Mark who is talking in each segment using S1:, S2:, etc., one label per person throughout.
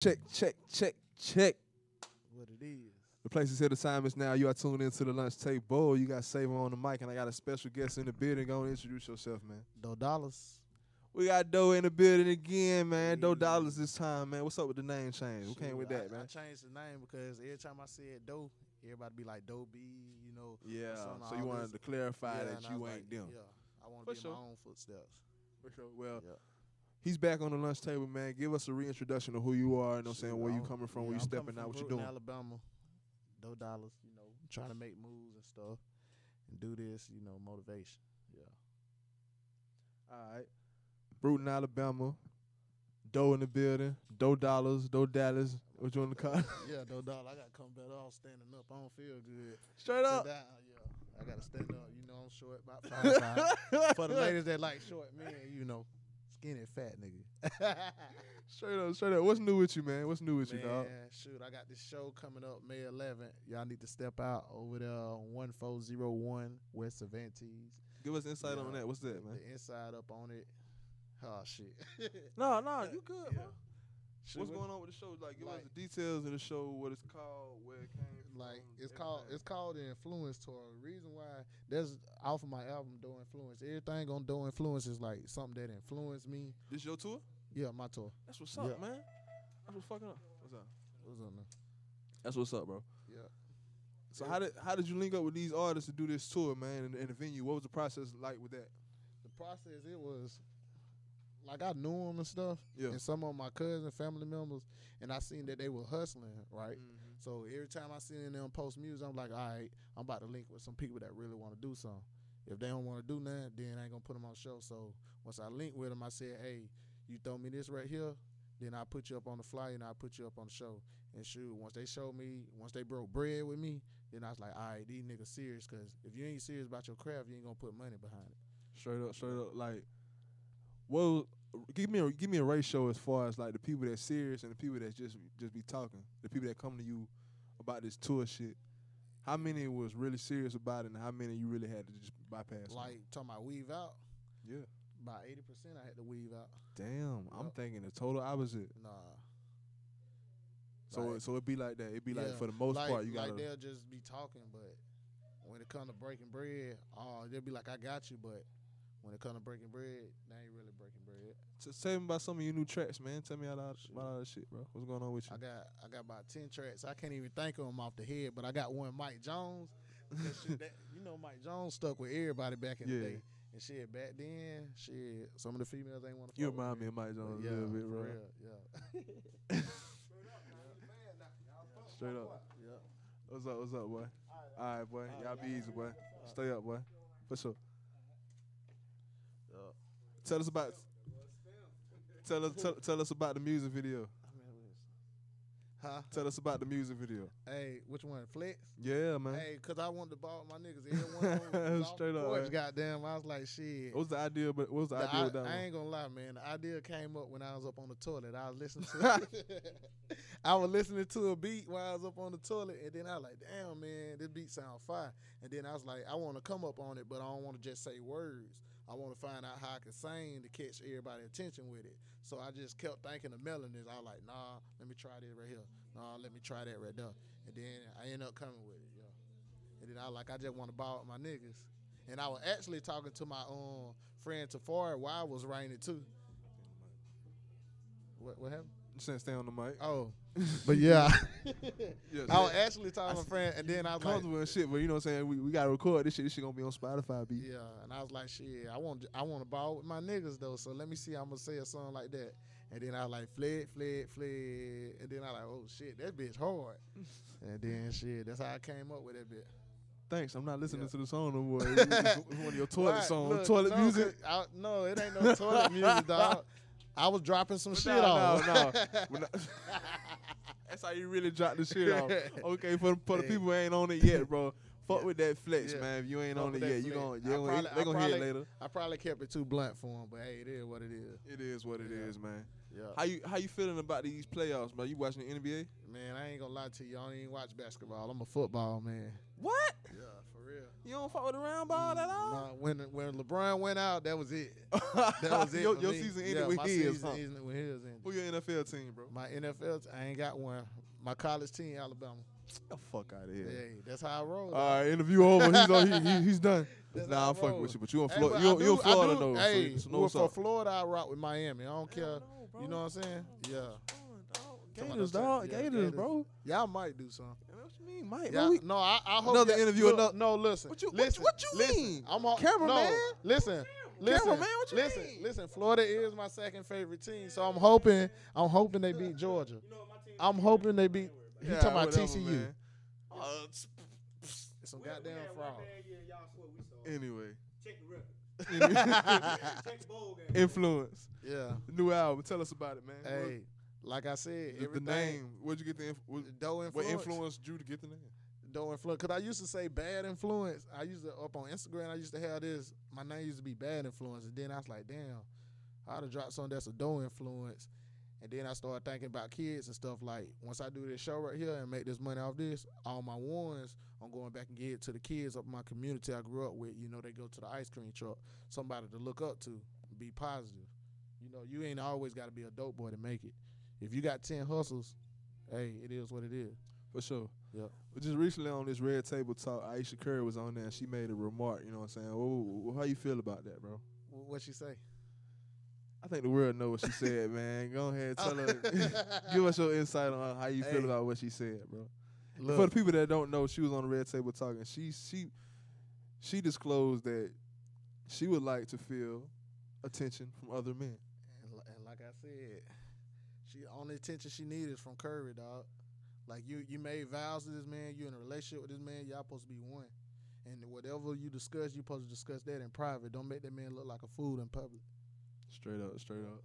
S1: Check, check, check, check.
S2: what it is.
S1: The place is here. The time is now. You are tuned into the lunch table. You got Saver on the mic, and I got a special guest in the building. Go and introduce yourself, man.
S2: No dollars.
S1: We got Doe in the building again, man. Doe
S2: Yeah.
S1: dollars this time, man. What's up with the name change? Who came
S2: Shoot,
S1: with
S2: I-
S1: that,
S2: I
S1: man?
S2: changed the name because every time I said dough, everybody be like dough B, you know.
S1: yeah.
S2: Something
S1: So you
S2: all
S1: wanted
S2: this-
S1: to clarify
S2: Yeah, and
S1: that
S2: I
S1: you ain't
S2: was like,
S1: them.
S2: Yeah, I want
S1: For
S2: to be
S1: sure.
S2: in my own footsteps.
S1: For sure. Well,
S2: Yeah.
S1: he's back on the lunch table, man. Give us a reintroduction of who you are. You know what I'm
S2: Shoot,
S1: saying? Where you
S2: I'm-
S1: coming from?
S2: yeah,
S1: where you
S2: I'm coming
S1: stepping
S2: from
S1: out? What you
S2: Brooklyn,
S1: doing?
S2: Alabama, dough dollars. You know, trying to make moves and stuff, and do this. You know, motivation. Yeah.
S1: All right. Bruton, Alabama. Doe in the building. Doe dollars. Doe Dallas. What you want to call?
S2: yeah, dough dollar. I got to come better off standing up. I don't feel good.
S1: Straight
S2: Sit down, yeah. I got to stand up. You know, I'm short, about five, five. uh, for the ladies that like short men, you know, skinny fat nigga.
S1: Straight up, straight up. What's new with you, man? What's new with you, dog?
S2: Man, shoot, I got this show coming up May 11th. Y'all need to step out over there on 1401 West Cervantes.
S1: Give us insight
S2: Yeah.
S1: on that. What's that,
S2: Put
S1: man?
S2: The inside up on it. Oh shit.
S1: No, no, you good,
S2: Yeah.
S1: bro.
S2: Shoot,
S1: What's
S2: what-
S1: going on with the show? Like, give us
S2: Like-
S1: the details of the show, what it's called, where it came from.
S2: like it's called
S1: everything.
S2: it's called the influence tour. The reason why that's off of my album Do Influence. Everything on Do Influence is like something that influenced me.
S1: This your tour?
S2: Yeah, my tour.
S1: That's what's up,
S2: Yeah.
S1: man. That's what's fucking up. What's up?
S2: What's up, man?
S1: That's what's up, bro.
S2: Yeah.
S1: So
S2: Yeah.
S1: how did how did you link up with these artists to do this tour, man, and, and the venue? What was the process like with that?
S2: the process it was like I knew them and stuff,
S1: Yeah.
S2: and some of my cousin family members, and I seen that they were hustling, right?
S1: Mhm.
S2: So every time I seen them post music, I'm like, all right, I'm about to link with some people that really want to do something. If they don't want to do nothing, then I ain't gonna put them on show. So once I linked with them, I said, hey, you throw me this right here, then I put you up on the flyer and I put you up on the show. And shoot, once they showed me, once they broke bread with me, then I was like, all right, these niggas serious, cause if you ain't serious about your craft, you ain't gonna put money behind it.
S1: Straight up, straight up. Like, well, give me a give me a ratio as far as like the people that's serious and the people that just just be talking. The people that come to you about this tour shit. How many was really serious about it, and how many you really had to just bypass? on?
S2: Like talking about weave out,
S1: yeah.
S2: about eighty percent I had to weave out.
S1: Damn, I'm
S2: Yep.
S1: thinking the total opposite.
S2: Nah.
S1: So
S2: Like-
S1: it so it be like that. It be like
S2: Yeah,
S1: for the most
S2: like,
S1: part you gotta
S2: like they'll just be talking, but when it comes to breaking bread, oh, they'll be like, I got you, but when it comes to breaking bread, now you really breaking bread.
S1: So tell me about some of your new tracks, man. Tell me all that,
S2: Shit.
S1: about all that shit, bro. What's going on with you?
S2: I got I got about ten tracks. I can't even think of them off the head, but I got one Mike Jones. That shit, that- you know Mike Jones stuck with everybody back in the
S1: Yeah.
S2: day. And shit, back then, shit, some of the females ain't want to.
S1: You remind me of Mike Jones
S2: yeah,
S1: a little bit,
S2: for
S1: bro.
S2: real, yeah,
S1: Straight up.
S2: yeah.
S1: What's up? What's up, boy? All right, boy. Y'all be easy, boy. Stay up, boy. For sure.
S2: Yeah.
S1: Tell us about. Tell us. Tell, tell us about the music video.
S2: I mean, it was- Huh?
S1: Tell us about the music video.
S2: Hey, which one? Flex?
S1: Yeah, man.
S2: Hey, cause I wanted to ball my niggas. Every one of them was
S1: Straight
S2: off the
S1: up,
S2: porch,
S1: man.
S2: Goddamn, I was like, shit.
S1: What was the idea? But what was the,
S2: The
S1: idea
S2: I,
S1: with that
S2: I
S1: one?
S2: ain't gonna lie, man. The idea came up when I was up on the toilet. I was listening to, I was listening to a beat while I was up on the toilet, and then I was like, damn, man, this beat sound fire. And then I was like, I want to come up on it, but I don't want to just say words. I want to find out how I can sing to catch everybody's attention with it. So I just kept thinking of melodies. I was like, nah, let me try this right here. Nah, let me try that right there. And then I end up coming with it, yeah. And then I like I just want to ball with my niggas. And I was actually talking to my um friend Tafari while I was writing it too. What what happened?
S1: You said stay on the mic.
S2: Oh, but yeah,
S1: Yeah, stay
S2: I was actually talking to my friend, and then I was like,
S1: comfortable and shit, but you know what I'm saying. We, we gotta record this shit. This shit gonna be on Spotify. Be
S2: yeah, and I was like, shit, I want I want to ball with my niggas though. So let me see, I'm gonna say a song like that. And then I was like fled, fled, fled, and then I like, oh shit, that bitch hard. and then shit, that's how I came up with that bit.
S1: Thanks. I'm not listening
S2: Yeah.
S1: to the song no more. It's, it's one of your toilet
S2: Right,
S1: songs,
S2: look,
S1: toilet
S2: no,
S1: music.
S2: 'cause I, no, it ain't no toilet music, dog. I was dropping some
S1: But
S2: shit
S1: no,
S2: off.
S1: no, no. But no- That's how you really drop the shit off. Okay, for the, for the
S2: Hey.
S1: people who ain't on it yet, bro. Fuck
S2: Yeah.
S1: with that flex,
S2: Yeah.
S1: man. If you ain't
S2: Fuck
S1: on it
S2: with that
S1: yet, you
S2: flex.
S1: gon'
S2: I
S1: you gonna
S2: probably-
S1: they
S2: I
S1: gonna hear it
S2: probably-
S1: later.
S2: I probably kept it too blunt for him, but hey, it is what it is.
S1: It is what it is,
S2: Yeah.
S1: man.
S2: Yeah,
S1: How you how you feeling about these playoffs, bro? You watching the NBA?
S2: man, I ain't gonna lie to you. I don't even watch basketball. I'm a football man.
S1: What?
S2: Yeah, for real.
S1: You don't fuck with the round ball at all.
S2: Nah, when when LeBron went out, that was it. That was it.
S1: your
S2: for
S1: your
S2: me.
S1: season ended
S2: yeah,
S1: with
S2: my
S1: his.
S2: season
S1: huh?
S2: ended with his. Ended.
S1: Who your NFL team, bro?
S2: My NFL, t- I ain't got one. My college team, Alabama.
S1: Get the fuck out of
S2: Yeah,
S1: here.
S2: that's how I roll.
S1: All right, interview over. He's on, he, he, he's done.
S2: That's
S1: nah,
S2: how
S1: I'm
S2: I
S1: fucking
S2: roll.
S1: with you, but you in
S2: Hey,
S1: Florida.
S2: but
S1: You
S2: I
S1: in- you in
S2: do- I
S1: Florida
S2: do-
S1: though. so
S2: Hey,
S1: you- so know
S2: well,
S1: what's
S2: for
S1: up.
S2: Florida, I rock with Miami. I don't care. You know what I'm saying? Yeah. Talking about
S1: Gators,
S2: them
S1: dog.
S2: Titans. Yeah,
S1: Gators,
S2: Gators.
S1: bro.
S2: Y'all might do something.
S1: Man, What you mean, Mike?
S2: Yeah,
S1: bro, we-
S2: no, I, I hope
S1: Another
S2: y'all-
S1: interview,
S2: Look,
S1: another-
S2: no, listen.
S1: What you- what you-
S2: listen,
S1: what you
S2: listen,
S1: mean?
S2: I'm a,
S1: Cameraman?
S2: No, listen, listen,
S1: Cameraman, what you
S2: listen,
S1: mean?
S2: listen. Florida is my second favorite team, so I'm hoping, I'm hoping they beat Georgia. I'm hoping they beat. You
S1: Yeah,
S2: talking about
S1: whatever,
S2: TCU?
S1: man. Uh,
S2: It's some goddamn fraud.
S1: anyway,
S3: Check the record.
S1: Anyway.
S3: Check the bowl game.
S1: influence.
S2: Yeah.
S1: New album. Tell us about it, man. What-
S2: Hey, like I said,
S1: the- the,
S2: everything.
S1: name. Where'd you get the? Inf- what,
S2: Doe
S1: what
S2: influence.
S1: influenced you to get the name?
S2: Doe influence. Cause I used to say bad influence. I used to up on Instagram. I used to have this. My name used to be bad influence, and then I was like, damn, I'd have dropped something that's a doe influence. And then I started thinking about kids and stuff like, once I do this show right here and make this money off this, all my ones, I'm going back and give it to the kids up in my community I grew up with. You know, they go to the ice cream truck, somebody to look up to, be positive. You know, you ain't always got to be a dope boy to make it. If you got 10 hustles, hey, it is what it is.
S1: For sure.
S2: Yep.
S1: But just recently on this red table talk, Aisha Curry was on there and she made a remark. You know what I'm saying? Oh, how you feel about that, bro?
S2: Wh- What she say?
S1: I think the world know what she said, man. Go ahead, tell her. Give us your insight on how you
S2: Hey.
S1: feel about what she said, bro.
S2: Look,
S1: For the people that don't know, she was on the Red Table talking. She she she disclosed that she would like to feel attention from other men.
S2: and, li- and like I said, she only attention she needs is from Curry, dog. Like you, you made vows to this man. You in a relationship with this man. Y'all supposed to be one. And whatever you discuss, you supposed to discuss that in private. Don't make that man look like a fool in public.
S1: Straight up, straight up.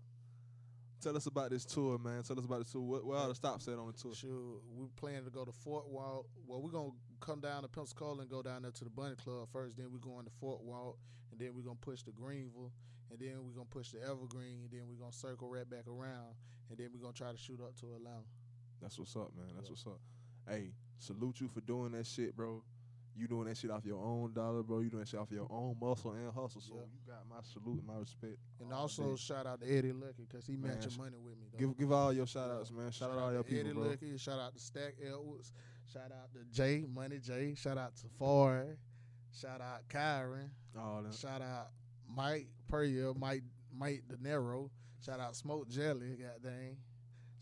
S1: Tell us about this tour, man. Tell us about the tour. What, what are the stops at on the tour?
S2: Shoot, we planning to go to Fort Walt. Well, we're gonna come down to Pensacola and go down there to the Bunny Club first. Then we're going to Fort Walt, and then we're gonna push to Greenville, and then we're gonna push to Evergreen, and then we're gonna circle right back around, and then we're gonna try to shoot up to Atlanta.
S1: That's what's up, man. That's what's up. Hey, salute you for doing that shit, bro. You doing that shit off your own dollar, bro. You doing that shit off your own muscle and hustle. So
S2: Yeah.
S1: you got my salute and my respect.
S2: And
S1: all
S2: also
S1: day.
S2: shout out to Eddie Lucky because he
S1: Man,
S2: matching
S1: sh-
S2: money with me. Though.
S1: give give all your shout outs, man. Shout, out all your
S2: to
S1: people,
S2: Eddie
S1: bro.
S2: Lucky. Shout out to Stack Edwards. Shout out to Jay Money Jay. Shout out to Far. Shout out Kyron.
S1: All that.
S2: Shout out Mike Perrier, Mike Mike De Niro. Shout out Smoke Jelly, god dang.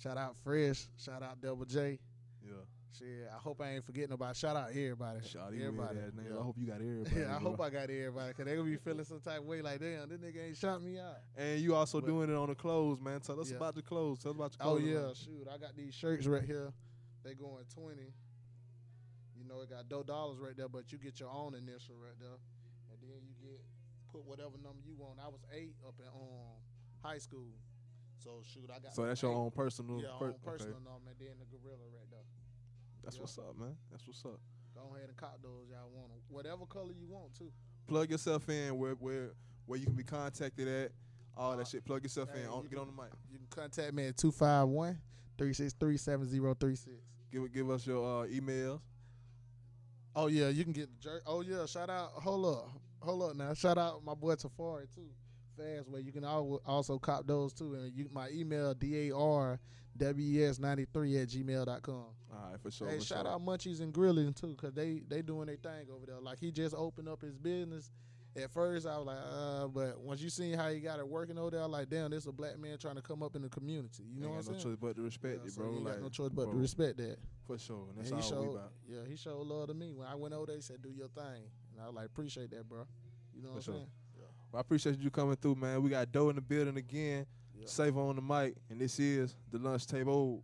S2: Shout out Fresh. Shout out Double J.
S1: Yeah.
S2: Shit, I hope I ain't forgetting nobody. Shout out everybody.
S1: Shout
S2: everybody.
S1: nigga. I
S2: Yeah.
S1: hope you got everybody.
S2: Yeah, I
S1: bro.
S2: hope I got everybody because they gonna be feeling some type of way like damn, this nigga ain't shot me out.
S1: And you also
S2: But-
S1: doing it on the clothes, man. Tell us
S2: Yeah.
S1: about the clothes. Tell us about your
S2: Oh
S1: clothes.
S2: yeah, shoot, I got these shirts right here. They going twenty. You know, it got dough dollars right there, but you get your own initial right there, and then you get put whatever number you want. I was eight up in um high school, so shoot, I got
S1: So that's your
S2: eight.
S1: own personal.
S2: yeah,
S1: per-
S2: own personal
S1: Okay.
S2: number, and then the gorilla right there.
S1: That's
S2: yeah.
S1: what's up, man. That's what's up.
S2: Go ahead and cop those, y'all want them, whatever color you want too.
S1: Plug yourself in where where where you can be contacted at. All
S2: Uh,
S1: that shit. Plug yourself
S2: hey,
S1: in. On,
S2: you
S1: get on the mic.
S2: You can contact me at 251-363-7036.
S1: Give give us your uh, emails.
S2: Oh yeah, you can get the jerk. Oh yeah, shout out. Hold up, hold up now. Shout out my boy Tafari too. Fastway. You can al- also cop those too. And you, my email darws ninety E three at gmail.com.
S1: All right, for sure.
S2: hey,
S1: for
S2: shout
S1: sure.
S2: out Munchies and Grilling too, cause they they doing their thing over there. Like he just opened up his business. At first, I was like, uh, but once you seen how he got it working over there, I was like, damn, this a black man trying to come up in the community. You know
S1: ain't
S2: what I'm
S1: got no
S2: saying?
S1: choice but to respect
S2: Yeah,
S1: you,
S2: so
S1: bro.
S2: you ain't
S1: like,
S2: got no choice but to
S1: bro.
S2: respect that.
S1: for sure. And that's
S2: And he
S1: all we
S2: showed,
S1: about.
S2: yeah, he showed love to me. When I went over, there, he said, "Do your thing," and I was like, "Appreciate that, bro." You know what I'm
S1: For sure.
S2: saying?
S1: Well, I appreciate you coming through, man. We got Doe in the building again.
S2: Yeah.
S1: Save on the mic, and this is the lunch table.